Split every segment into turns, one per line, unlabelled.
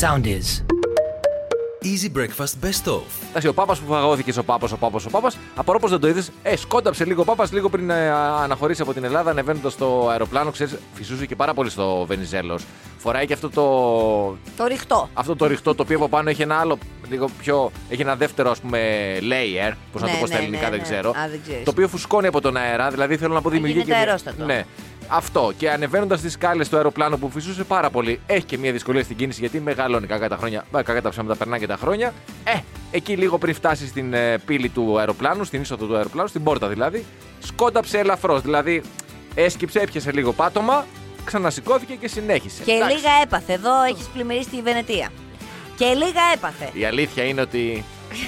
Sound is.
Easy Breakfast Best Of.
Εντάξει, ο Πάπας που φαγώθηκε, ο Πάπας, ο Πάπας, ο Πάπας. Απορώ πως δεν το είδες. Ε, σκόνταψε λίγο ο Πάπας λίγο πριν ε, α, αναχωρήσει από την Ελλάδα, ανεβαίνοντας στο αεροπλάνο. Ξέρεις, φυσούσε και πάρα πολύ στο Βενιζέλος. Φοράει και αυτό το,
Το ρηχτό.
αυτό το ρηχτό το οποίο από πάνω έχει ένα άλλο, λίγο πιο. Έχει ένα δεύτερο, ας πούμε, layer. Πώς να
Ναι,
το πω στα
ναι,
ελληνικά,
ναι,
δεν
ναι.
ξέρω.
Α, δεν ξέρεις.
το οποίο φουσκώνει από τον αέρα, δηλαδή θέλω να πω δημιουργεί.
γίνεται
και-
αερόστατο.
Ναι. Αυτό. Και ανεβαίνοντας τις σκάλες του αεροπλάνου που φυσούσε πάρα πολύ, έχει και μια δυσκολία στην κίνηση γιατί μεγαλώνει κακά τα χρόνια. Μα, Κακά τα ψέματα, περνάνε και τα χρόνια. Ε, εκεί λίγο πριν φτάσει στην ε, πύλη του αεροπλάνου, στην είσοδο του αεροπλάνου, στην πόρτα δηλαδή, σκόνταψε ελαφρώς. Δηλαδή έσκυψε, έπιασε λίγο πάτωμα, ξανασηκώθηκε και συνέχισε.
Και
Εντάξει.
λίγα έπαθε. Εδώ έχεις πλημμυρίσει τη Βενετία. Και λίγα έπαθε.
Η αλήθεια είναι ότι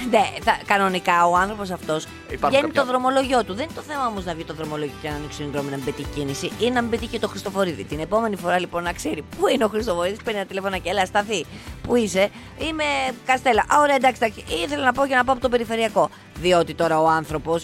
Ναι, θα- κανονικά ο άνθρωπος αυτός
Υπάρχουν
βγαίνει
κάποια-
το δρομολογιό του. Δεν είναι το θέμα όμως να βγει το δρομολόγιο και να ανοίξει την δρόμο να μπει κίνηση ή να μπει και το Χριστοφορίδη. Την επόμενη φορά λοιπόν να ξέρει πού είναι ο Χριστοφορίδης, παίρνει ένα τηλέφωνο και έλα, σταθεί. Πού είσαι, είμαι Καστέλα. Α, ωραία, εντάξει, εντάξει. Ήθελα να πω και να πάω από το περιφερειακό. Διότι τώρα ο άνθρωπος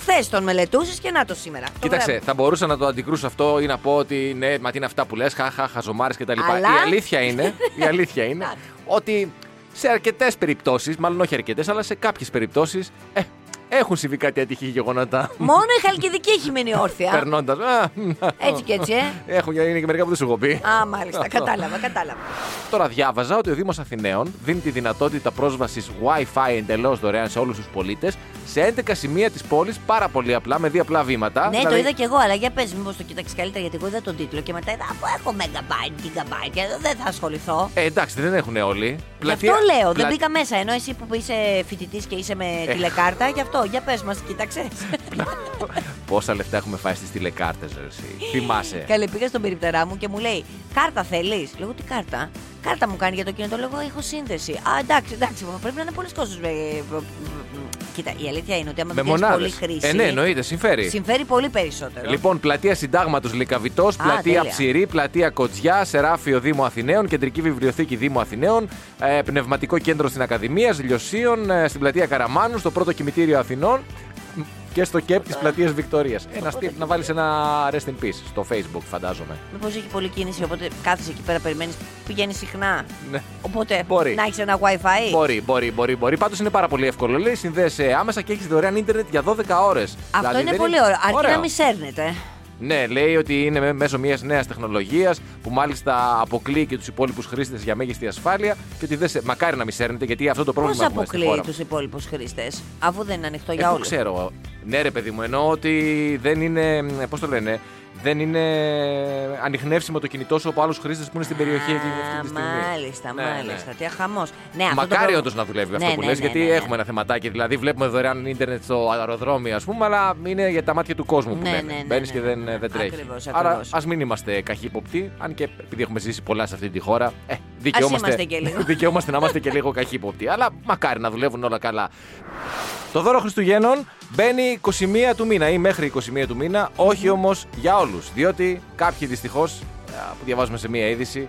χθε τον μελετούσες και να το σήμερα. Το
Κοίταξε,
βράδυ.
θα μπορούσα να το αντικρούσω αυτό ή να πω ότι ναι, μα τι είναι αυτά που λες, χαχα, χαζομάρε κτλ.
Αλλά-
Η αλήθεια είναι, η αλήθεια είναι ότι σε αρκετές περιπτώσεις, μάλλον όχι αρκετές, αλλά σε κάποιες περιπτώσεις ε, έχουν συμβεί κάτι ατυχή γεγονότα.
Μόνο η Χαλκιδική έχει μείνει όρθια.
Περνώντας.
έτσι και έτσι, ε.
Έχουν είναι και μερικά που δεν σου έχω πει.
Α, μάλιστα, κατάλαβα, κατάλαβα.
Τώρα διάβαζα ότι ο Δήμος Αθηναίων δίνει τη δυνατότητα πρόσβασης Wi-Fi εντελώς δωρεάν σε όλους τους πολίτες σε 11 σημεία της πόλης πάρα πολύ απλά, με δύο απλά βήματα.
Ναι,
Δηλαδή-
το είδα κι εγώ, αλλά για πες, μήπως το κοίταξες καλύτερα, γιατί εγώ είδα τον τίτλο και μετά είδα αφού έχω megabyte, gigabyte, και δεν θα ασχοληθώ.
Ε, εντάξει, δεν έχουν όλοι.
Γι' αυτό λέω, δεν μπήκα μέσα. Ενώ εσύ που είσαι φοιτητής και είσαι με τηλεκάρτα, γι' αυτό, για πες μας, κοίταξες.
Πόσα λεφτά έχουμε φάει στις τηλεκάρτες, εσύ. Θυμάσαι.
Καλή, πήγα στον περιπτερά μου και μου λέει, Κάρτα θέλεις. Λέω, Τι κάρτα. Κάρτα μου κάνει για το κινητό, λέγω έχω σύνδεση. Α, εντάξει, εντάξει, πρέπει να είναι πολλοί κόσμο. Κοίτα, η αλήθεια είναι ότι άμα
Με
δεν κάνεις πολύ
μονάδε.
χρήση.
Ε, ναι, εννοείται, συμφέρει.
Συμφέρει πολύ περισσότερο.
Λοιπόν, πλατεία Συντάγματος Λικαβιτό, πλατεία
τέλεια.
Ψηρή, πλατεία Κοτζιά, Σεράφιο Δήμο Αθηναίων, Κεντρική Βιβλιοθήκη Δήμου Αθηναίων, ε, Πνευματικό Κέντρο στην Ακαδημία, Λιωσίων, ε, στην πλατεία Καραμάνου, στο πρώτο κημητήριο Αθηνών μ, και στο ΚΕΠ της πλατείας Βικτωρία.
Ε,
Ένας tip να βάλεις ένα rest in peace στο Facebook, φαντάζομαι.
Μήπως έχει πολλή κίνηση, οπότε κάθεσαι εκεί πέρα, περιμένεις, πηγαίνει συχνά.
Ναι.
Οπότε
Μπορεί.
να έχεις ένα WiFi.
Μπορεί, μπορεί, μπορεί. μπορεί. Πάντως είναι πάρα πολύ εύκολο. Λέει συνδέεσαι άμεσα και έχεις δωρεάν ίντερνετ για Δηλαδή, 12 ώρες.
Αυτό είναι πολύ ωραίο. Αρκεί να μη σέρνετε.
Ναι, λέει ότι είναι με- μέσω μιας νέας τεχνολογίας που μάλιστα αποκλείει και τους υπόλοιπους χρήστες για μέγιστη ασφάλεια και ότι δεν σε... μακάρι να μη σέρνετε γιατί αυτό το πρόβλημα
Πώς
έχουμε στη
αποκλείει
χώρα.
τους υπόλοιπους χρήστες, αφού δεν είναι ανοιχτό
Ε,
για
το
όλους.
ξέρω. Ναι, ρε παιδί μου, εννοώ ότι δεν είναι. Πώς το λένε, δεν είναι ανιχνεύσιμο το κινητό σου από άλλους χρήστες που είναι στην περιοχή εκεί αυτή τη στιγμή.
Μάλιστα,
Ναι, ναι.
μάλιστα. Τι αχαμός. Ναι, αυτό το
Μακάρι
πρόβλημα-
όντως να δουλεύει αυτό
Ναι,
που
ναι,
λες,
ναι,
γιατί
ναι, ναι.
έχουμε ένα θεματάκι. Δηλαδή, βλέπουμε δωρεάν ίντερνετ στο αεροδρόμιο, ας πούμε, αλλά είναι για τα μάτια του κόσμου που
Ναι,
λένε.
ναι, ναι,
Μπαίνεις
ναι,
και
ναι,
δεν,
ναι.
δεν τρέχεις.
Ακριβώς,
Άρα,
ακριβώς.
ας μην είμαστε καχύποπτοι, αν και επειδή έχουμε ζήσει πολλά σε αυτή τη χώρα, ε,
είμαστε
δικαιόμαστε,
και λίγο.
δικαιόμαστε να είμαστε και λίγο καχύποπτοι. Αλλά μακάρι να δουλεύουν όλα καλά. Το δώρο Χριστουγέννων μπαίνει 21 του μήνα ή μέχρι 21 του μήνα, όχι όμως για όλους. Διότι κάποιοι δυστυχώς, που διαβάζουμε σε μία είδηση,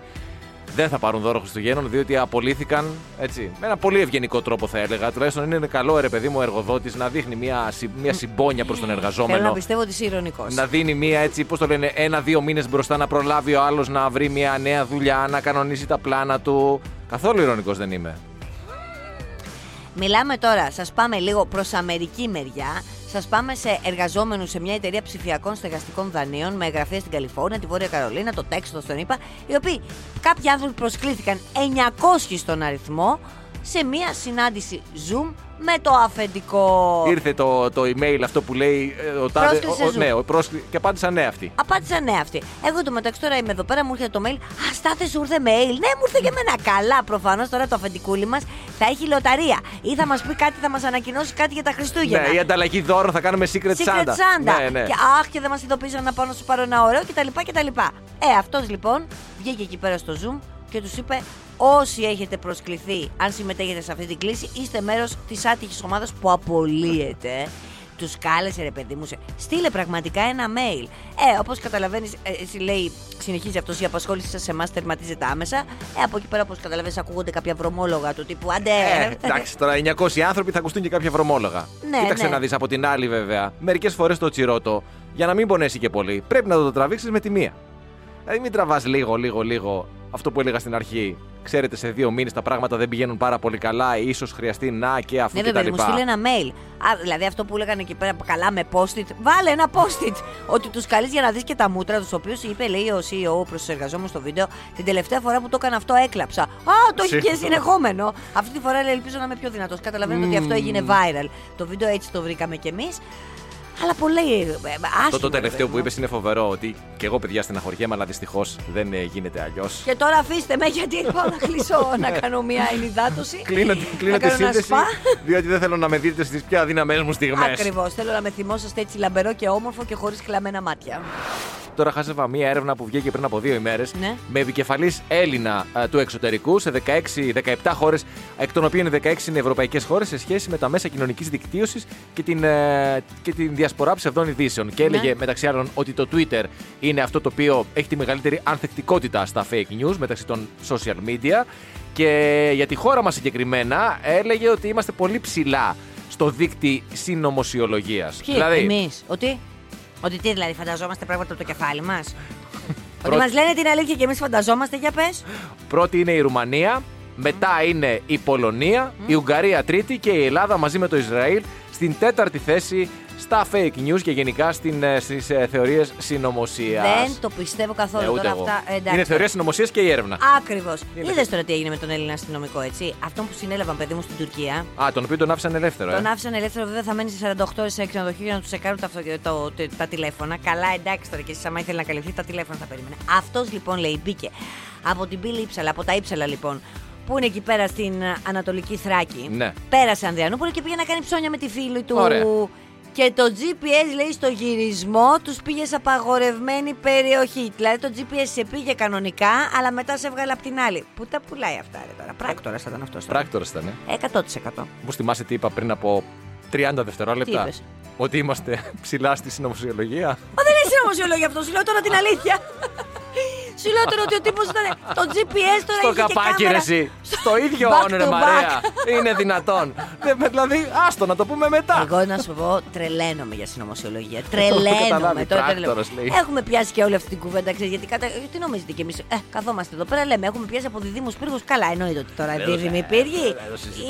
δεν θα πάρουν δώρο Χριστουγέννων, διότι απολύθηκαν έτσι. Με ένα πολύ ευγενικό τρόπο, θα έλεγα. Τουλάχιστον είναι καλό, ρε παιδί μου, ο εργοδότης να δείχνει μία, συ- μία συμπόνια προς τον
Ε, Θέλω να
εργαζόμενο.
πιστεύω ότι είσαι ηρωνικός.
Να δίνει μία έτσι, πώς το λένε, ένα-δύο μήνες μπροστά να προλάβει ο άλλος να βρει μία νέα δουλειά, να κανονίσει τα πλάνα του. Καθόλου ηρωνικός δεν είμαι.
Μιλάμε τώρα, σας πάμε λίγο προς Αμερική μεριά. Σας πάμε σε εργαζόμενους σε μια εταιρεία ψηφιακών στεγαστικών δανείων με εγγραφές στην Καλιφόρνια, τη Βόρεια Καρολίνα, το Τέξιδο, στον ΗΠΑ, οι οποίοι κάποιοι άνθρωποι προσκλήθηκαν 900 στον αριθμό σε μια συνάντηση Zoom με το αφεντικό.
Ήρθε το, το email αυτό που λέει ε, ο Τάδε.
Πρόσκληση
ο- ο-
ζου.
ναι, ο πρόσκλη- και απάντησαν ναι αυτοί.
Απάντησα ναι αυτή. Εγώ το μεταξύ τώρα είμαι εδώ πέρα, μου ήρθε το mail. Α, στάθες σου ήρθε mail. Ναι, μου ήρθε και εμένα. Καλά, προφανώς τώρα το αφεντικούλι μας θα έχει λοταρία. Ή θα μας πει κάτι, θα μας ανακοινώσει κάτι για τα Χριστούγεννα.
Ναι, η ανταλλαγή δώρων θα κάνουμε secret,
Secret Santa.
Ναι, ναι.
Και, αχ, και δεν μας ειδοποίησαν να πάω να σου πάρω ένα ωραίο κτλ. κτλ. Ε, αυτός λοιπόν βγήκε εκεί πέρα στο Zoom και τους είπε: Όσοι έχετε προσκληθεί, αν συμμετέχετε σε αυτή την κλίση, είστε μέρος της άτυχης ομάδας που απολύεται. Τους κάλεσε, ρε παιδί μου, σε- στείλε πραγματικά ένα mail. Ε, όπως καταλαβαίνεις, εσύ λέει, συνεχίζει αυτός η απασχόληση σας σε εμάς, τερματίζεται άμεσα. Ε, από εκεί πέρα, όπως καταλαβαίνεις, ακούγονται κάποια βρωμόλογα του τύπου Αντέ.
Ε, εντάξει, τώρα 900 άνθρωποι θα ακουστούν και κάποια βρωμόλογα.
Ναι,
Κοίταξε
ναι.
να δεις από την άλλη, βέβαια. Μερικές φορές το τσιρότο, για να μην πονέσει και πολύ, πρέπει να το τραβήξεις με τη μία. Δηλαδή, μην τραβάς λίγο, λίγο, λίγο αυτό που έλεγα στην αρχή. ξέρετε, σε δύο μήνες τα πράγματα δεν πηγαίνουν πάρα πολύ καλά, ίσως χρειαστεί να και αφού
Ναι,
και τα
βέβαια, μου
λοιπά.
στείλει ένα mail. Α, δηλαδή αυτό που έλεγαν εκεί πέρα καλά με post-it. Βάλε ένα post-it! Ότι τους καλείς για να δεις και τα μούτρα τους, οποίου είπε, λέει ο CEO προ του εργαζόμενου στο βίντεο, την τελευταία φορά που το έκανα αυτό έκλαψα. Α, το έχει και συνεχόμενο. Αυτή τη φορά λέει, ελπίζω να είμαι πιο δυνατός. Καταλαβαίνετε ότι αυτό έγινε viral. Το βίντεο έτσι το βρήκαμε κι εμείς. Αλλά πολύ. ε, ε,
Το,
άσχημο,
το
ρε
τελευταίο
παιδί
που
μου.
είπες είναι φοβερό ότι και εγώ παιδιά στεναχωριέμαι, αλλά δυστυχώς δεν ε, γίνεται αλλιώς.
Και τώρα αφήστε με γιατί πάω να κλείσω να κάνω μια ενυδάτωση.
Ε, Κλείνω, τη- κλείνω
να
τη
κάνω ένα
σύνδεση,
σπα.
διότι δεν θέλω να με δείτε στις πιο αδύναμες μου στιγμές.
Ακριβώς. Θέλω να με θυμόσαστε έτσι λαμπερό και όμορφο και χωρίς κλαμμένα μάτια.
Τώρα χάζευα μία έρευνα που βγήκε πριν από δύο ημέρες
Ναι.
με επικεφαλής Έλληνα ε, του εξωτερικού σε 16-17 χώρες, εκ των οποίων 16 είναι ευρωπαϊκές χώρες, σε σχέση με τα μέσα κοινωνικής δικτύωσης και την, ε, και την διασπορά ψευδών ειδήσεων. Και
Ναι.
έλεγε μεταξύ άλλων ότι το Twitter είναι αυτό το οποίο έχει τη μεγαλύτερη ανθεκτικότητα στα fake news μεταξύ των social media. Και για τη χώρα μας συγκεκριμένα έλεγε ότι είμαστε πολύ ψηλά στο δίκτυ Δηλαδή, συνωμοσιολογίας.
Ποιοι, εμείς. Ότι. Ότι τι δηλαδή, φανταζόμαστε πράγματα από το κεφάλι μας. Ότι
Πρώτη-
μας λένε την αλήθεια και εμείς φανταζόμαστε για πες.
Πρώτη είναι η Ρουμανία, μετά είναι η Πολωνία, η Ουγγαρία τρίτη και η Ελλάδα μαζί με το Ισραήλ στην τέταρτη θέση στα fake news και γενικά στην, ε, στις ε, θεωρίες συνωμοσίας.
Δεν το πιστεύω καθόλου. τώρα αυτά. ε, εντάξει.
Είναι θεωρία συνωμοσίας και η έρευνα.
Ακριβώς.
Είναι.
Είδες τώρα τι έγινε με τον Έλληνα αστυνομικό, έτσι. Αυτόν που συνέλαβαν, παιδί μου, στην Τουρκία.
Α, τον οποίο τον άφησαν ελεύθερο.
Τον
ε.
άφησαν ελεύθερο, βέβαια θα μένει σε 48 ώρε σε ξενοδοχείο για να του τσεκάρουν τα, αυτο- το, το- τα τηλέφωνα. Καλά, εντάξει τώρα και εσείς, άμα ήθελε να καλυφθεί, τα τηλέφωνα θα περίμενε. Αυτός λοιπόν λέει μπήκε από την πύλη Ήψαλα, από τα Ήψαλα λοιπόν, που είναι εκεί πέρα στην ε, Ανατολική Θράκη.
Ναι.
Πέρασε Ανδριανούπολη και πήγε να κάνει ψώνια με τη φίλη του.
Ωραία.
Και το GPS λέει στο γυρισμό τους πήγε σε απαγορευμένη περιοχή. Δηλαδή το GPS σε πήγε κανονικά, αλλά μετά σε έβγαλε από την άλλη. Πού τα πουλάει αυτά, ρε τώρα. Πράκτορας θα ήταν αυτός.
Πράκτορας ήταν. ε.
100%.
Μου θυμάσαι τι είπα πριν από 30
Τι
δευτερόλεπτα.
είπες?
Ότι είμαστε ψηλά στη συνωμοσιολογία.
Μα δεν είναι συνωμοσιολόγια αυτό, σου λέω τώρα την αλήθεια. σου λέω τώρα ότι ο τύπος ήταν. Το GPS τώρα
Στο
είχε
καπάκι,
και
ρε
κάμερα.
εσύ. Στο ίδιο
Back
όνειρο,
to
Μαρία. Είναι δυνατόν. Δεν- δηλαδή, άστο να το πούμε μετά.
Εγώ να σου πω, τρελαίνομαι για συνωμοσιολογία.
καταλάβει,
Τρελαίνομαι. τώρα
πράκτορας,
τρελαίνομαι.
λέει.
Έχουμε πιάσει και όλη αυτή την κουβέντα, ξέρεις, γιατί κατα... ε, τι νομίζετε κι εμείς. Ε, καθόμαστε εδώ πέρα, λέμε, έχουμε πιάσει από διδήμου πύργους. Καλά, εννοείται ότι τώρα δίδυμοι πύργοι.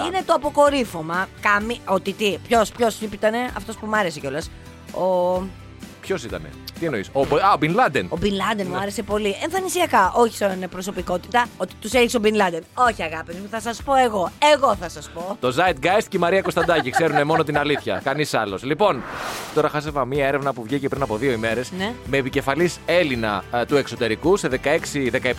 Είναι το αποκορύφωμα. Καμί... Ότι τι, ποιος, ποιος ήταν αυτός που μ' άρεσε κιόλας. Ο,
Ποιος ήτανε, τι εννοείς. Ο, Μπο- α, ο Μπιν Λάντεν.
Ο Μπιν Λάντεν μου άρεσε πολύ. Εμφανισιακά, όχι σαν προσωπικότητα, ότι τους έριξε ο Μπιν Λάντεν. Όχι, αγάπη μου, θα σας πω εγώ. Εγώ θα σας πω.
Το Zeitgeist και η Μαρία Κωνσταντάκη ξέρουν μόνο την αλήθεια. Κανείς άλλος. Λοιπόν, τώρα χάσευα μία έρευνα που βγήκε πριν από δύο ημέρες
Ναι.
με επικεφαλής Έλληνα ε, του εξωτερικού σε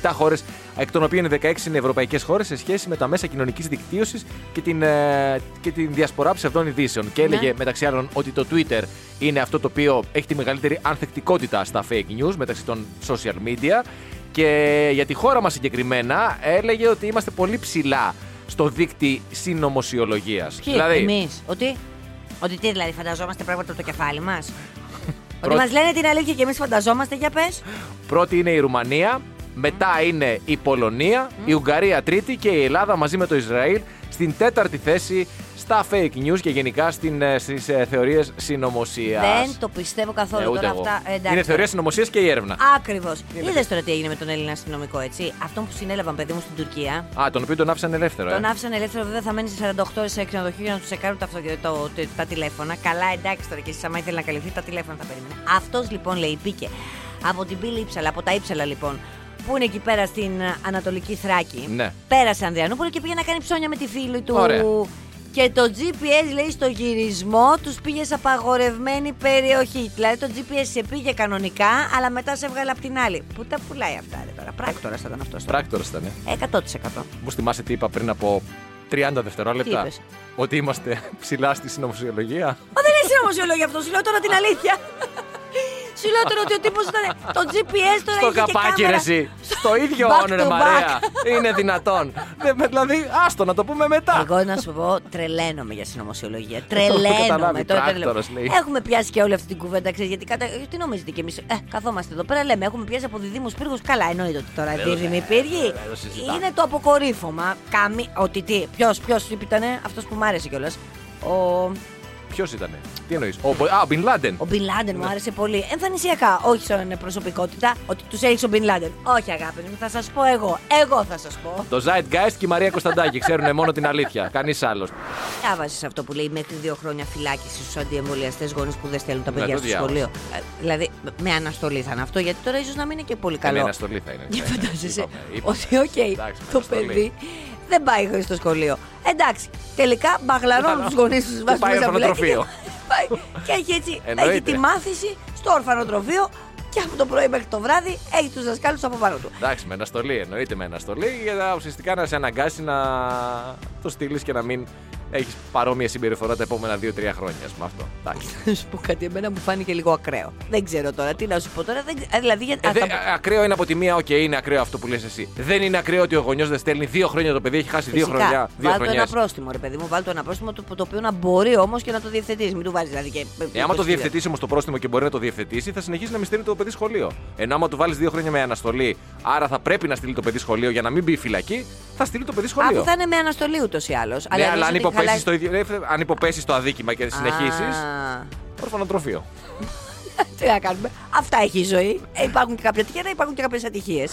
16-17 χώρες, εκ των οποίων 16 είναι ευρωπαϊκές χώρες, σε σχέση με τα μέσα κοινωνικής δικτύωσης και την, ε, και την διασπορά ψευδών ειδήσεων. Και
Ναι.
έλεγε μεταξύ άλλων ότι το Twitter είναι αυτό το οποίο έχει τη μεγαλύτερη ανθεκτικότητα στα fake news μεταξύ των social media. Και για τη χώρα μας συγκεκριμένα έλεγε ότι είμαστε πολύ ψηλά στο δίκτυ συνωμοσιολογίας. Δηλαδή,
Ποιοι, εμείς. Ότι, ότι τι δηλαδή, φανταζόμαστε πράγματα από το κεφάλι μας. ότι
Πρώτη-
μας λένε την αλήθεια και εμείς φανταζόμαστε, για πες.
Πρώτη είναι η Ρουμανία, μετά είναι η Πολωνία, η Ουγγαρία τρίτη και η Ελλάδα μαζί με το Ισραήλ στην τέταρτη θέση στα fake news και γενικά στην, ε, στις ε, θεωρίες συνωμοσίας.
Δεν το πιστεύω καθόλου τώρα αυτά. ε, εντάξει.
Ναι, Είναι θεωρία συνωμοσίας και η έρευνα.
Ακριβώς. Είδε τώρα τι έγινε με τον Έλληνα αστυνομικό, έτσι. Αυτόν που συνέλαβαν, παιδί μου, στην Τουρκία.
Α, τον οποίο τον άφησαν ελεύθερο.
Τον
ε.
άφησαν ελεύθερο, βέβαια θα μένει σε 48 ώρε σε ξενοδοχείο για να τους τσεκάρουν τα, αυτο- το- το- τα τηλέφωνα. Καλά, εντάξει τώρα και εσεί, άμα ήθελε να καλυφθεί, τα τηλέφωνα θα περίμενε. Αυτός λοιπόν λέει μπήκε από την πύλη Ήψαλα, από τα Ήψαλα λοιπόν, που είναι εκεί πέρα στην ε, Ανατολική Θράκη.
Ναι.
Πέρασε Ανδριανούπολη και πήγε να κάνει ψώνια με τη φίλη του.
Ωραία.
Και το GPS λέει στο γυρισμό τους πήγε σε απαγορευμένη περιοχή. Δηλαδή το GPS σε πήγε κανονικά, αλλά μετά σε έβγαλε από την άλλη. Πού τα πουλάει αυτά, ρε τώρα. Πράκτορας θα ήταν αυτός.
Πράκτορας ήταν. ε.
100%.
Μου θυμάσαι τι είπα πριν από 30 δευτερόλεπτα.
Τι είπες?
Ότι είμαστε ψηλά στη συνωμοσιολογία.
Μα δεν είναι συνωμοσιολόγια αυτός, σου λέω τώρα την αλήθεια. σου λέω τώρα ότι ο τύπος ήταν. Το GPS τώρα
Στο
είχε
καπάκι, ρε
και κάμερα.
εσύ. Στο ίδιο
Back
όνειρο,
to
Μαρία.
back.
Είναι δυνατόν. Δεν- δηλαδή, άστο να το πούμε μετά.
Εγώ να σου πω, τρελαίνομαι για συνωμοσιολογία.
καταλάβει,
Τρελαίνομαι. Τώρα
πράκτορας,
τρελαίνομαι.
λέει.
Έχουμε πιάσει και όλη αυτή την κουβέντα, ξέρεις, γιατί κατα... ε, τι νομίζετε κι εμείς. Ε, καθόμαστε εδώ πέρα, λέμε, έχουμε πιάσει από διδήμου πύργους. Καλά, εννοείται ότι τώρα δίδυμοι πύργοι είναι το αποκορύφωμα. Καμί... Ότι τι, ποιος, ποιος ήταν αυτός που μ' άρεσε κιόλας. Ο,
Ποιος ήταν. Τι εννοείς. Ο, Μπο- α, ο Μπιν Λάντεν.
Ο Μπιν Λάντεν
Ναι.
μου άρεσε πολύ. Εμφανισιακά, όχι σαν προσωπικότητα, ότι τους έριξε ο Μπιν Λάντεν. Όχι, αγάπη μου, θα σας πω εγώ. Εγώ θα σας πω.
Το Zeitgeist και η Μαρία Κωνσταντάκη ξέρουν μόνο την αλήθεια. Κανείς άλλος.
Διάβασε αυτό που λέει μέχρι δύο χρόνια φυλάκιση στους αντιεμβολιαστές γονείς που δεν στέλνουν τα
Ναι,
παιδιά
το
στο
διάβασα.
σχολείο. Ε, Δηλαδή, με αναστολή θα είναι αυτό, γιατί τώρα ίσως να μην είναι και πολύ
Εμένα
καλό.
αναστολή θα είναι.
Δεν
Ναι, ναι,
φαντάζεσαι
είπαμε, είπαμε.
ότι, οκ,
Εντάξει,
το
αναστολή.
παιδί δεν πάει χωρί το σχολείο. Εντάξει, τελικά μπαγλαρώνουν
Καλά.
τους γονείς τους
Και
βάζουν
πάει
μέσα μπλέκι και
ορφανοτροφείο.
πάει. Και έχει έτσι έχει
Εννοείται.
τη μάθηση στο ορφανοτροφείο και από το πρωί μέχρι το βράδυ έχει τους δασκάλους από πάνω του.
Εντάξει, με αναστολή. Εννοείται με αναστολή. Για να ουσιαστικά να σε αναγκάσει να το στείλεις και να μην έχεις παρόμοια συμπεριφορά τα επόμενα 2-3 χρόνια. Με αυτό. Εντάξει.
Να σου πω κάτι, εμένα μου φάνηκε λίγο ακραίο. Δεν ξέρω τώρα, τι να σου πω τώρα. Δεν... ξε- Δηλαδή, για...
Ε,
ας
δε,
τα πω-
α- ακραίο είναι από τη μία, οκ, είναι ακραίο αυτό που λες εσύ. Δεν είναι ακραίο ότι ο γονιός δεν στέλνει δύο χρόνια το παιδί, έχει χάσει δύο
Φυσικά,
χρόνια. Δύο
βάλ' το ένα
χρονιές.
πρόστιμο, ρε παιδί μου. Βάλ' το ένα πρόστιμο το, το οποίο να μπορεί όμως και να το διευθετήσει. Μην του βάζεις δηλαδή και.
Ε, άμα το διευθετήσει όμως το πρόστιμο και μπορεί να το διευθετήσει, θα συνεχίσει να μην στέλνει το παιδί σχολείο. Ενώ άμα του βάλεις δύο χρόνια με αναστολή, άρα θα πρέπει να στείλει το παιδί σχολείο για να μην μπει φυλακή, θα στείλει το παιδί σχολείο.
Αφού θα είναι με αναστολή ούτως ή άλλως.
Ναι, αλλά αν υποπέσει στο, ίδιο- ε, αν υποπέσεις στο αδίκημα και συνεχίσει, ορφανοτροφείο.
Τι να κάνουμε. Αυτά έχει η ζωή. Ε, υπάρχουν και κάποια τυχαία, υπάρχουν και κάποιες ατυχίες.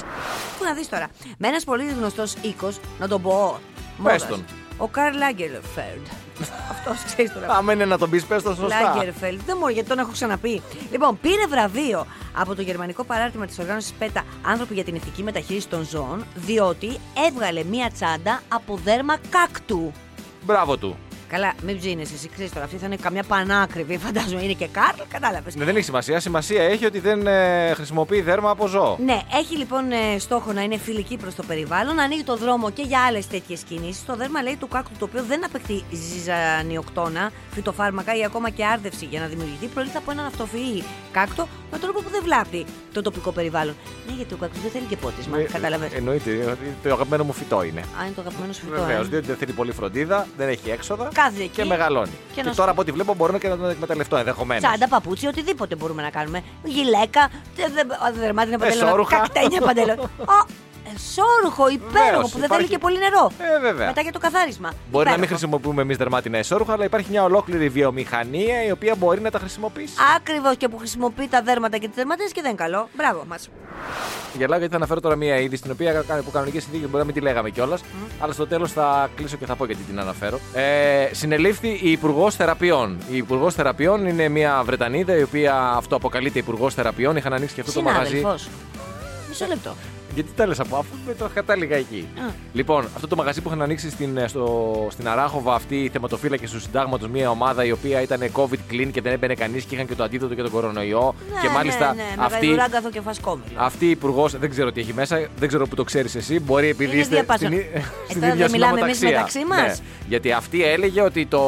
Πού να δεις τώρα. Με ένας πολύ γνωστός οίκος, να τον πω. μόδας,
τον.
Ο Καρλ Λάγκερφερντ. Αυτός ξέρεις τώρα.
Άμα είναι να τον πεις, πες το σωστά.
Λάγκερφελντ. Δεν μπορεί, γιατί τον έχω ξαναπεί. Λοιπόν, πήρε βραβείο από το γερμανικό παράρτημα της οργάνωσης ΠΕΤΑ Άνθρωποι για την ηθική μεταχείριση των ζώων, διότι έβγαλε μία τσάντα από δέρμα κάκτου.
Μπράβο του.
Καλά, μην ψήνεσαι, εσύ ξέρεις τώρα. Αυτή θα είναι καμιά πανάκριβη, φαντάζομαι. Είναι και Κάρλ, κατάλαβες.
Ναι, δεν έχει σημασία. Σημασία έχει ότι δεν ε, χρησιμοποιεί δέρμα από ζώο.
Ναι, έχει λοιπόν ε, στόχο να είναι φιλική προς το περιβάλλον, ανοίγει το δρόμο και για άλλες τέτοιες κινήσεις. Το δέρμα λέει του κάκτου, το οποίο δεν απαιτεί ζυζανιοκτώνα, φυτοφάρμακα ή ακόμα και άρδευση για να δημιουργηθεί, προλύτω από έναν αυτοφυή κάκτο με τρόπο που δεν βλάπτει το τοπικό περιβάλλον. Ναι, γιατί ο κάκτο δεν θέλει και πότισμα,
Ε,
κατάλαβες.
Εννοείται ότι το αγαπημένο μου φυτό είναι.
Α, είναι το αγαπημένο σου φυτό.
Βεβαίως,
ε.
διότι δεν θέλει πολύ φροντίδα, δεν έχει έξοδα
Κάθε
και
εκεί.
μεγαλώνει.
Και
Και,
να σου-
τώρα από ό,τι βλέπω μπορώ και να τον εκμεταλλευτώ ενδεχομένω.
Τσάντα, παπούτσια, οτιδήποτε μπορούμε να κάνουμε. Γυλαίκα, τε- δε-
Ε,
δερμάτινα παντελόνια,
Εσόρουχα.
κακτένια παντελόνια. Ω, Εσόρουχο, υπέροχο,
Βεβαίως,
που δεν θέλει
υπάρχει-
και πολύ νερό.
Ε, βέβαια.
Μετά για το καθάρισμα.
Μπορεί να μην
Υπέροχο.
χρησιμοποιούμε εμείς δερμάτινα εσόρουχα, αλλά υπάρχει μια ολόκληρη βιομηχανία η οποία μπορεί να τα χρησιμοποιήσει.
Ακριβώς και που χρησιμοποιεί τα δέρματα και τις δερματίε και δεν είναι καλό. Μπράβο μας.
Γελάω γιατί θα αναφέρω τώρα μία είδη στην οποία κα- που κανονικές συνθήκες μπορεί να μην τη λέγαμε κιόλας. Αλλά στο τέλος θα κλείσω και θα πω γιατί την αναφέρω. Ε, συνελήφθη η Υπουργός Θεραπείων. Η Υπουργός Θεραπείων είναι μία Βρετανίδα η οποία αυτοαποκαλείται Υπουργός Θεραπείων. Είχαν ανοίξει και αυτό το μαγαζί.
Συνάδελφος. Μισό λεπτό.
Γιατί τα λες από αφού με το κατάληγα εκεί.
Α.
Λοιπόν, αυτό το μαγαζί που είχαν ανοίξει στην, ε, στο, στην Αράχοβα, αυτή η θεματοφύλακε του συντάγματος, μια ομάδα η οποία ήταν COVID clean και δεν έμπαινε κανείς και είχαν και το αντίδοτο και τον κορονοϊό.
Ναι,
και μάλιστα
ναι, ναι,
αυτή.
Μεγαλουράγκαθο και φασκόμηλο.
Αυτή η υπουργός, δεν ξέρω τι έχει μέσα, δεν ξέρω που το ξέρεις εσύ. Μπορεί επειδή
Είναι
είστε
διαπάσον.
στην,
Ε,
στην
τώρα
ίδια
δεν μιλάμε εμείς
συνομοταξία.
μεταξύ μας.
Ναι. Γιατί αυτή έλεγε ότι το,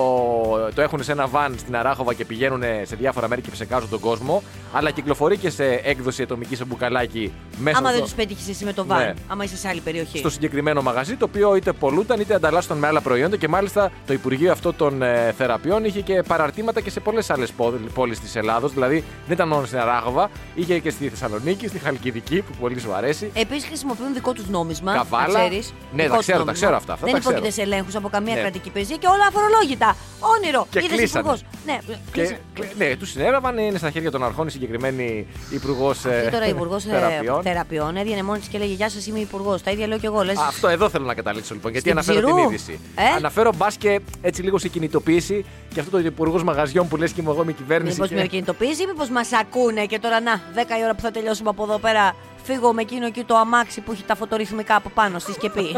το έχουν σε ένα βαν στην Αράχοβα και πηγαίνουν σε διάφορα μέρη και ψεκάζουν τον κόσμο. Αλλά κυκλοφορεί και σε έκδοση ατομικής σε μπουκαλάκι μέσα
Άμα
στο-
δεν του πέτυχε εσύ με το βαν,
Ναι.
άμα είσαι σε άλλη περιοχή.
στο συγκεκριμένο μαγαζί, το οποίο είτε πολλούταν είτε ανταλλάσσονταν με άλλα προϊόντα και μάλιστα το Υπουργείο αυτό των ε, Θεραπείων είχε και παραρτήματα και σε πολλές άλλες πόλεις της Ελλάδος. Δηλαδή δεν ήταν μόνο στην Αράγοβα, είχε και στη Θεσσαλονίκη, στη Χαλκιδική που πολύ σου αρέσει.
Επίσης χρησιμοποιούν δικό τους νόμισμα.
Καβάλα.
να ξέρεις.
Ναι,
Δικό
τα
τους
ξέρω, τα
νόμισμα.
ξέρω αυτά, αυτά
Δεν
τα ξέρω.
υπόκειται σε ελέγχους από καμία
Ναι.
κρατική υπηρεσία και όλα αφορολόγητα. Όνειρο.
Και
Είδες
κλείσανε.
υπουργός. Ναι,
Και,
κλείσανε.
κλε- ναι, τους συνέραβαν, είναι στα χέρια των αρχών η συγκεκριμένη υπουργός
Αυτή τώρα ε, υπουργός
ε, θεραπείων.
θεραπείων έβγαινε μόνη τη και λέγε Γεια σας, είμαι υπουργός. Τα ίδια λέω και εγώ. Λες,
Αυτό εδώ θέλω να καταλήξω λοιπόν, γιατί
Στην
αναφέρω την
Ψηρού,
είδηση.
ε?
Αναφέρω μπας και έτσι λίγο σε κινητοποίηση και αυτό το υπουργός μαγαζιών που λες και είμαι εγώ με κυβέρνηση.
Μήπως
και-
με κινητοποιήσει, μήπως μας ακούνε και τώρα να, 10 η ώρα που θα τελειώσουμε από εδώ πέρα, φύγω με εκείνο εκεί το αμάξι που έχει τα φωτορυθμικά από πάνω στη σκεπή.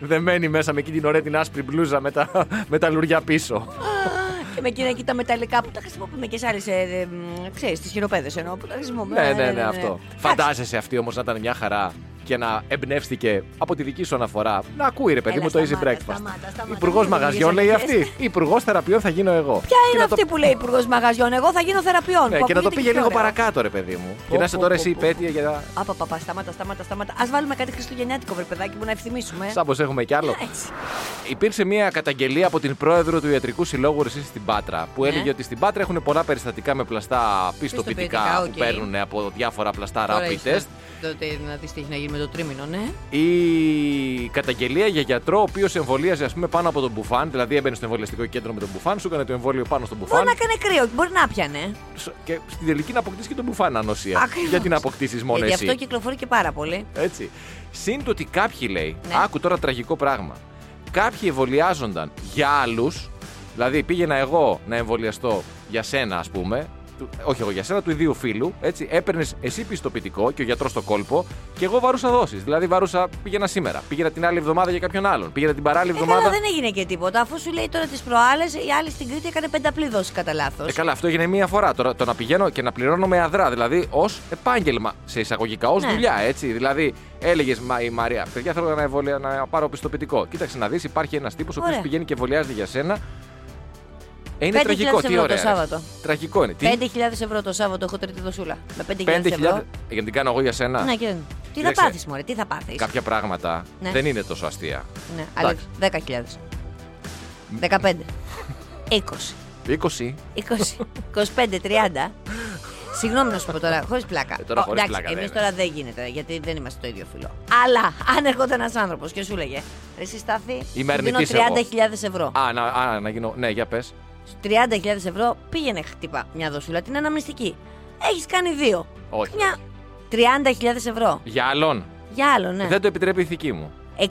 δεμένη μέσα με εκείνη την ωραία την άσπρη μπλούζα με τα, με τα λουριά πίσω.
και με εκείνα εκεί τα μεταλλικά που τα χρησιμοποιούμε και σε άλλες. Ε, ε, μ, ξέρεις, τις χειροπέδες εννοώ που τα χρησιμοποιούμε.
ναι, ναι, ναι, αυτό.
Εντάξει,
Φαντάζεσαι αυτή όμως να ήταν μια χαρά και να εμπνεύστηκε από τη δική σου αναφορά. Να ακούει ρε παιδί
Έλα,
μου το easy
σταμάτα,
breakfast.
σταμάτα, σταμάτα.
Υπουργός
Μην
μαγαζιών λέει
δημιουργείς αρχές.
αυτή. Υπουργός θεραπείων θα γίνω εγώ.
Ποια
Και
είναι
να το-
αυτή που λέει υπουργός μαγαζιών, Εγώ θα γίνω θεραπείων.
Ναι,
που
και να το
ακούγεται
πήγε
πιο
λίγο
ωραίο.
παρακάτω, ρε παιδί μου. Και
Πω,
να είσαι
πω,
τώρα
πω,
εσύ
πω,
υπέτεια για να.
Απα, παπα, σταμάτα, σταμάτα, σταμάτα. Ας βάλουμε κάτι χριστουγεννιάτικο, βρε παιδάκι μου, να ευθυμίσουμε.
Σαν πως έχουμε κι άλλο.
Έτσι.
Υπήρξε μια καταγγελία από την πρόεδρο του Ιατρικού Συλλόγου Ρεσί στην Πάτρα που
Ναι.
έλεγε ότι στην Πάτρα έχουν πολλά περιστατικά με πλαστά πιστοποιητικά
Πιστοποιητικά,
που
οκ.
παίρνουν από διάφορα πλαστά
Τώρα
rapid
ήρθε.
test.
τότε να δεις τι έχει να γίνει με το τρίμηνο, ναι.
Η καταγγελία για γιατρό ο οποίος εμβολίαζε ας πούμε, πάνω από τον μπουφάν, δηλαδή έμπαινε στο εμβολιαστικό κέντρο με τον μπουφάν, σου έκανε το εμβόλιο πάνω στον
Μπορεί
μπουφάν.
να κάνει κρύο, μπορεί να πιανε.
σ- Και στην τελική να αποκτήσει και τον μπουφάν ανοσία.
Ακριβώς.
Γιατί να αποκτήσεις μόνο
Γιατί
εσύ.
αυτό κυκλοφορεί και πάρα πολύ.
Έτσι. Συν το ότι κάποιοι λέει,
Ναι.
άκου τώρα τραγικό πράγμα. Κάποιοι εμβολιάζονταν για άλλους, δηλαδή πήγαινα εγώ να εμβολιαστώ για σένα, ας πούμε, του- όχι εγώ για σένα, του ιδίου φίλου, έτσι. Έπαιρνες εσύ πιστοποιητικό και ο γιατρός το κόλπο και εγώ βαρούσα δόσεις. Δηλαδή βαρούσα, πήγαινα σήμερα, πήγαινα την άλλη εβδομάδα για κάποιον άλλον, πήγαινα την παράλληλη
Ε, καλά,
εβδομάδα.
δεν έγινε και τίποτα. Αφού σου λέει τώρα τις προάλλες, η άλλη στην Κρήτη έκανε πενταπλή δόση κατά λάθος.
Ε, καλά, αυτό έγινε μία φορά. Τώρα το να πηγαίνω και να πληρώνω με αδρά, δηλαδή ως επάγγελμα σε εισαγωγικά, ως
Ναι.
δουλειά, έτσι. Δηλαδή έλεγες Μα, η Μαρία, παιδιά, θέλω να, εμβολια... να πάρω πιστοποιητικό. Κοίταξε να δεις, υπάρχει ένας τύπος ο οποίος
Ωραία.
πηγαίνει και εμβολιάζεται για σένα. Ε, είναι
5.000
τραγικό, τι
ευρώ
ωραία.
το
ρε.
Σάββατο.
Τραγικό είναι. Τι,
5.000 ευρώ το Σάββατο έχω τρίτη δοσούλα. Με 5.000
5.000.
ευρώ.
Για να την Ε, κάνω εγώ για σένα.
Ναι, και... Τι θα
Κοίταξε.
πάθεις, Μωρέ, τι θα πάθεις.
Κάποια πράγματα
Ναι.
δεν είναι τόσο αστεία.
Ναι, αλλιώ 10.000. 15. 20.
20.
20. 25, 30. Συγγνώμη να σου πω τώρα, χωρίς πλάκα.
Ε, τώρα χωρίς πλάκα δεν
Εμεί
είναι.
τώρα δεν γίνεται, γιατί δεν είμαστε το ίδιο φύλλο. Αλλά αν έρχονταν ένας άνθρωπος και σου λέγε Εσύ Στάθη, σου δίνω
αρνητής
30.000 ευρώ.
Α, να, α, να γίνω. Ναι, για πες.
30.000 ευρώ πήγαινε χτύπα μια δοσούλα, την αναμνηστική. Έχεις κάνει δύο.
Όχι.
Μια 30.000 ευρώ.
Για άλλον.
Για άλλο, ναι.
Δεν το επιτρέπει η ηθική μου.
60.000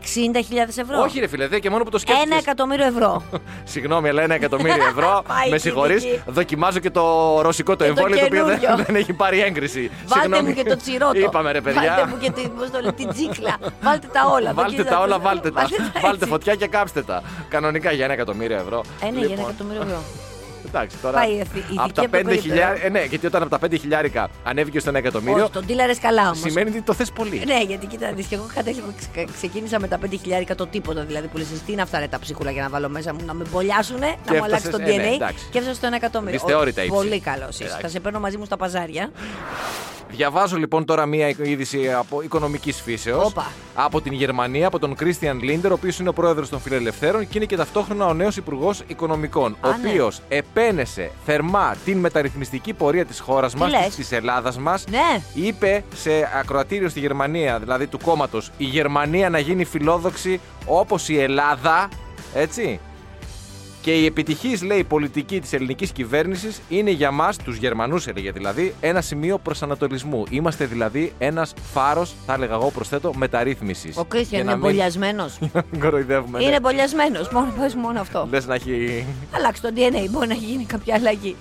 ευρώ.
Όχι, ρε φίλε, δε, και μόνο που το σκέφτεσαι.
Ένα εκατομμύριο ευρώ.
Συγγνώμη, αλλά ένα εκατομμύριο ευρώ.
Πάει
με
η
συγχωρεί.
κλινική.
Δοκιμάζω και το ρωσικό το
Και το
εμβόλιο, το, οποίο δεν,
καινούριο.
δεν έχει πάρει έγκριση.
Βάλτε
Συγγνώμη.
μου και το τσιρότο.
Είπαμε, ρε παιδιά.
Βάλτε μου και την, πώς το λένε, την τσίκλα. Βάλτε τα όλα.
Βάλτε
Δοκίστε
τα
να
όλα,
το-
βάλτε τα. Βάλτε
έτσι.
φωτιά και κάψτε τα. Κανονικά για ένα εκατομμύριο ευρώ.
Ε, ναι, για ένα
Λοιπόν,
εκατομμύριο ευρώ.
Εντάξει, τώρα.
Πάει η εθι- η
από
ηθική
τα
από το
5
περίπτερο.
χιλιάρικα. Ε, ναι, γιατί όταν από τα 5 χιλιάρικα ανέβηκε στο ένα εκατομμύριο,
Όχι, τον τίλαρε καλά όμως.
σημαίνει ότι το θες πολύ.
Ναι, γιατί κοίτα, να δεις, και εγώ κατέληγα- ξε- ξεκίνησα με τα 5.000 το τίποτα. Δηλαδή που λες, τι είναι αυτά ρε, τα ψίχουλα για να βάλω μέσα μου, να με μπολιάσουνε, να μου
έφτασες-
αλλάξει το
ε,
DNA
ναι, εντάξει.
και έφτασες στο 1 εκατομμύριο.
Δυσθεώρητα
Ο-
ύψη.
Πολύ καλός είσαι.
Εντάξει.
Θα σε παίρνω μαζί μου στα παζάρια.
Διαβάζω λοιπόν τώρα μία είδηση από οικονομικής φύσεως.
Όπα.
Από την Γερμανία, από τον Κρίστιαν Λίντερ, ο οποίος είναι ο πρόεδρος των Φιλελευθέρων και είναι και ταυτόχρονα ο νέος υπουργός οικονομικών.
Α,
ο
ναι.
οποίος επένεσε θερμά την μεταρρυθμιστική πορεία της χώρας μας,
λες?
της Ελλάδας μας.
Ναι.
Είπε σε ακροατήριο στη Γερμανία, δηλαδή του κόμματος, η Γερμανία να γίνει φιλόδοξη όπως η Ελλάδα. Έτσι. Και η επιτυχής, λέει, πολιτική της ελληνικής κυβέρνησης είναι για μας, τους Γερμανούς, έλεγε δηλαδή, ένα σημείο προσανατολισμού. Είμαστε δηλαδή ένας φάρος, θα έλεγα εγώ, προσθέτω, μεταρρύθμισης.
Ο Κρίστιαν είναι μπολιασμένο.
Κοροϊδεύουμε.
Είναι μπολιασμένο. Μόνο, πες μόνο αυτό.
Λες να έχει.
Αλλάξει το DNA, μπορεί να γίνει κάποια αλλαγή.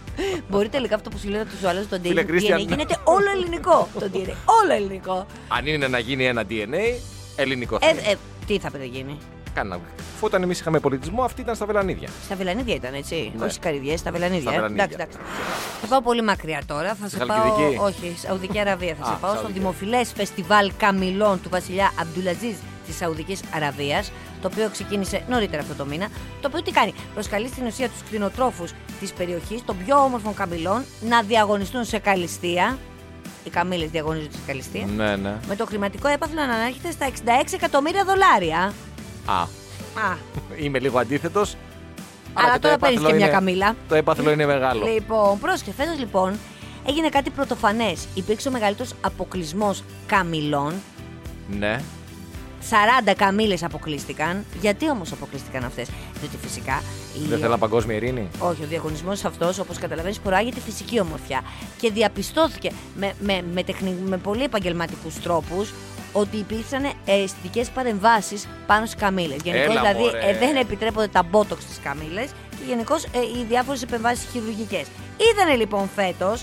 μπορεί τελικά αυτό που σου λέει να του αλλάζει το DNA.
Φίλε, Κρίστιαν.
Γίνεται όλο ελληνικό το DNA. Όλο ελληνικό.
Αν είναι να γίνει ένα DNA, ελληνικό θα
Ε,
είναι.
ε, τι θα πρέπει να γίνει.
Κάνα. Αφού όταν εμείς είχαμε πολιτισμό, αυτή ήταν στα βελανίδια.
Στα βελανίδια ήταν, έτσι.
Ναι.
Όχι καρυδιές, στα βελανίδια.
Στα
ε.
βελανίδια.
Εντάξει, εντάξει. Θα πάω πολύ μακριά τώρα. Θα σε
Στη
πάω.
Χαλκιδική?
Όχι, Σαουδική Αραβία. Θα
Α,
σε πάω στο
Σαουδική.
δημοφιλές φεστιβάλ καμιλών του βασιλιά Αμπτουλαζίζ της Σαουδικής Αραβίας, το οποίο ξεκίνησε νωρίτερα αυτό το μήνα. Το οποίο τι κάνει, προσκαλεί στην ουσία τους κτηνοτρόφους της περιοχής των πιο όμορφων καμιλών να διαγωνιστούν σε καλυστία. Οι καμίλε διαγωνίζονται σε καλυστία.
Ναι, ναι.
Με το χρηματικό έπαθλο να ανέρχεται στα 66 εκατομμύρια δολάρια.
Α,
Α,
είμαι λίγο αντίθετος.
αλλά τώρα παίρνεις και μια καμίλα.
Το έπαθλο είναι μεγάλο.
Λοιπόν, πρόσεχε, φέτος λοιπόν έγινε κάτι πρωτοφανές. Υπήρξε ο μεγαλύτερος αποκλεισμός καμιλών.
Ναι.
40 καμίλε αποκλείστηκαν. Γιατί όμως αποκλείστηκαν αυτές, Διότι φυσικά. η-
Δεν θέλω παγκόσμια ειρήνη.
Όχι, ο διαγωνισμός αυτός, όπως καταλαβαίνεις, προάγει τη φυσική ομορφιά. Και διαπιστώθηκε με, με, με, τεχνη- με πολύ επαγγελματικούς τρόπους ότι υπήρξαν αισθητικές παρεμβάσεις πάνω στις καμίλε. Γενικώς,
Έλα,
δηλαδή,
μωρέ.
ε, δεν επιτρέπονται τα μπότοξ στι καμίλε και γενικώς οι διάφορες επεμβάσεις χειρουργικές. Είδανε λοιπόν φέτος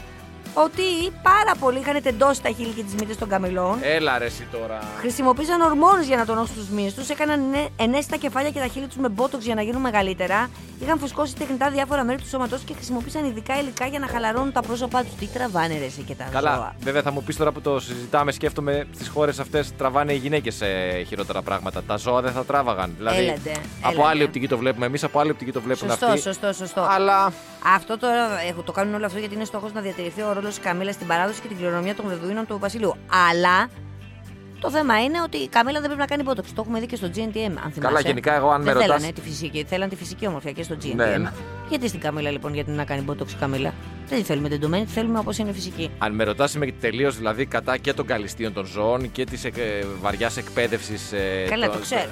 ότι πάρα πολλοί είχαν τεντώσει τα χείλη και τις μύτες των καμιλών.
Έλα ρε εσύ τώρα.
Χρησιμοποίησαν ορμόνε για να τονώσουν τους μύες τους, έκαναν νε- ενέσει τα κεφάλια και τα χείλη τους με μπότοξ για να γίνουν μεγαλύτερα, είχαν φουσκώσει τεχνητά διάφορα μέρη του σώματό και χρησιμοποίησαν ειδικά υλικά για να χαλαρώνουν τα πρόσωπά τους. Τι τραβάνε ρε εσύ και τα
Καλά,
ζώα.
βέβαια θα μου πεις τώρα που το συζητάμε, σκέφτομαι στι χώρες αυτές τραβάνε οι γυναίκες ε, χειρότερα πράγματα. Τα ζώα δεν θα τράβαγαν. Δηλαδή,
Έλατε,
από
έλατε.
άλλη οπτική το βλέπουμε εμείς, από άλλη οπτική το βλέπουν
Σωστό,
αυτοί.
σωστό, σωστό.
Αλλά
Αυτό τώρα έχω- το κάνουν όλο αυτό γιατί είναι στόχος να διατηρηθεί ο ρόλος της Καμίλας στην παράδοση και την κληρονομιά των Βεδουίνων του Βασιλείου. Αλλά το θέμα είναι ότι η Καμίλα δεν πρέπει να κάνει μπότοξ. Το έχουμε δει και στο GNTM, αν θυμάσαι.
Καλά, γενικά, εγώ αν
δεν
με ρωτάς-
Θέλανε τη φυσική, θέλανε τη φυσική ομορφιά και στο GNTM.
Ναι, ναι.
Γιατί στην Καμίλα λοιπόν, γιατί να κάνει μπότοξ η Καμίλα. Δεν τη θέλουμε τεντωμένη, τη θέλουμε όπως είναι φυσική.
Αν με ρωτάς είμαι τελείως δηλαδή κατά και των καλυστίων των ζώων και της ε, βαριάς εκπαίδευσης.
Καλά, το ξέρω.
ναι.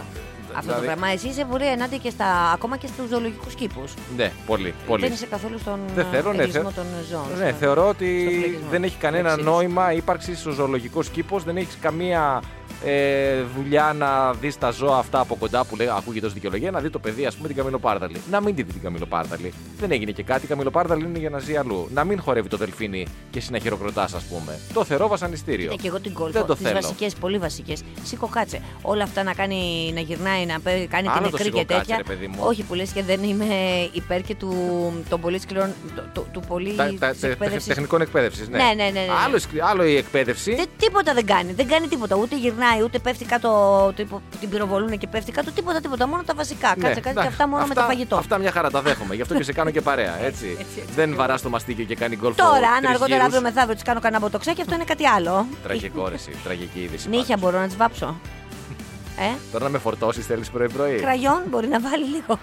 Αυτό
Δηλαδή-
το πράγμα. Εσύ είσαι πολύ ενάντια και στα, ακόμα και στους ζωολογικούς κήπους.
Ναι, πολύ. πολύ.
Δεν είσαι καθόλου στον
Δεν θέλω, ναι,
εγκλισμό
θε-
των ζώων.
Ναι,
στον-
θεωρώ ότι
στον φυλακισμό.
δεν έχει κανένα
Εξής.
νόημα ύπαρξη στο ζωολογικό κήπο, δεν έχεις καμία ε, δουλειά να δεις τα ζώα αυτά από κοντά που λέει Ακούγεται ως δικαιολογία, να δει το παιδί, ας πούμε, την καμιλοπάρδαλη. Να μην τη δει την καμιλοπάρδαλη. Δεν έγινε και κάτι, η καμιλοπάρδαλη είναι για να ζει αλλού. Να μην χορεύει το δελφίνι και εσύ να χειροκροτά, ας πούμε. Το θεωρώ βασανιστήριο.
Ναι, και εγώ την
Δεν
κόλπο.
το
Τις
θέλω.
βασικές, πολύ βασικές. Σήκω κάτσε. Όλα αυτά να κάνει, να γυρνάει, να παί- κάνει
Άλλο
την
το
νεκρή
σήκω
και
κάτσε,
τέτοια.
ρε παιδί μου.
Όχι που λες και δεν είμαι υπέρ και του, των πολύ σκληρών. του- του, του πολύ.
Τα, τα,
της
τε-
εκπαίδευσης.
τεχνικών εκπαίδευσης, ναι.
Ναι, ναι, ναι, ναι, ναι.
Άλλο, σκλη- άλλο η εκπαίδευση.
Δεν, τίποτα δεν κάνει. Δεν κάνει τίποτα. Ούτε γυρνάει, ούτε πέφτει κάτω. Τύπο, την πυροβολούν και πέφτει κάτω. Τίποτα, τίποτα. Μόνο τα βασικά.
Ναι,
Κάτσε, κάτσε και
εντάξει.
αυτά μόνο με το φαγητό.
Αυτά μια χαρά τα δέχομαι. Γι' αυτό και σε κάνω και παρέα. Έτσι.
έτσι, έτσι.
Δεν βαράς το μαστίκιο και κάνει γκολφ.
Τώρα, αν αργότερα αύριο μεθαύριο της κάνω κανένα μποτοξά και αυτό είναι κάτι άλλο.
Τραγικό ρε, εσύ, τραγική είδηση.
Νύχια
πάντως.
μπορώ να τι βάψω. Ε,
Τώρα να με φορτώσεις θέλεις πρωί-πρωί.
κραγιόν μπορεί να βάλει λίγο.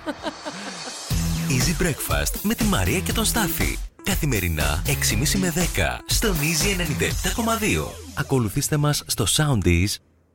Easy Breakfast με τη Μαρία και τον Στάφη. Καθημερινά 6.30 με 10 στον Easy 97.2. Ακολουθήστε μας στο Soundees,